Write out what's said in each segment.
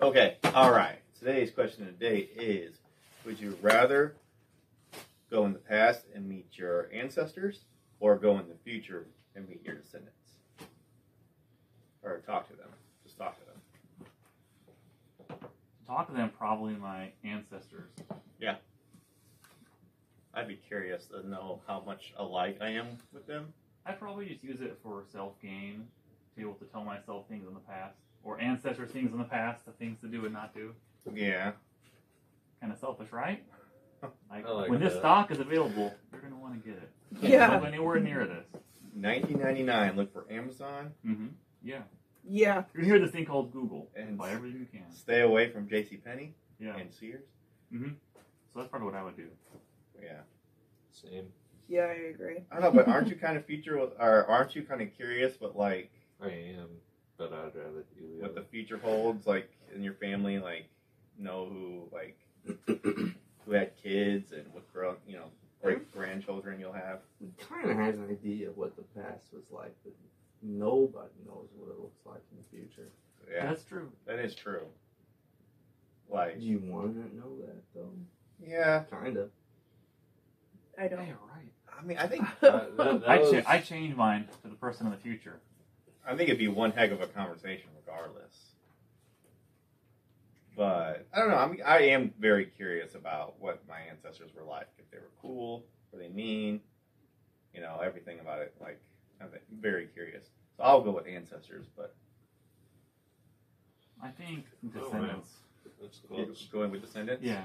Okay, all right. Today's question of the day is Would you rather go in the past and meet your ancestors or go in the future and meet your descendants? Or talk to them. Just talk to them. Talk to them, probably my ancestors. I'd be curious to know how much alike I am with them. I probably just use it for self gain, to be able to tell myself things in the past, or ancestors things in the past, the things to do and not do. Yeah. Kind of selfish, right? Like, I like when this that. stock is available, you're gonna want to get it. Can't Yeah. go anywhere near this. 1999, look for Amazon. Mm-hmm. Yeah. Yeah. You're gonna hear this thing called Google. And- And buy everything you can. Stay away from JCPenney Yeah. and Sears. So that's probably what I would do. Yeah. Same. Yeah, I agree. I don't know, but aren't you kind of future or aren't you kind of curious what like I am, but I'd rather do what the future holds, like in your family, like know who like who had kids and what grown you know great grandchildren you'll have. kind of has an idea of what the past was like, but nobody knows what it looks like in the future. Yeah, That's true. that is true. Like Do you want to know that though? yeah, Kind of. I Yeah, don't. you're right. I mean I think That- that- that I, was- cha- I change mine to the person in the future. I think it'd be one heck of a conversation regardless. But I don't know. I'm I am very curious about what my ancestors were like. If they were cool, were they mean? You know everything about it. Like I'm very curious. So I'll go with ancestors, but. I think Oh, wow. descendants. That's Yeah, close. Going with descendants? yeah.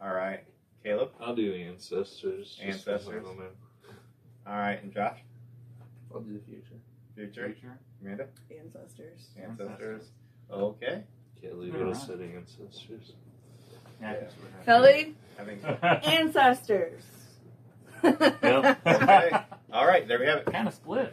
All right. Caleb? I'll do ancestors. just 'cause Ancestors. I don't know. All right. And Josh? I'll do the future. Future? Future. Amanda? Ancestors. Ancestors. Okay. Can't leave Yeah. it said ancestors. Yeah. I Yeah. think so, right? Kelly, I think Yep. ancestors. Okay. All right. There we have it. kind of split.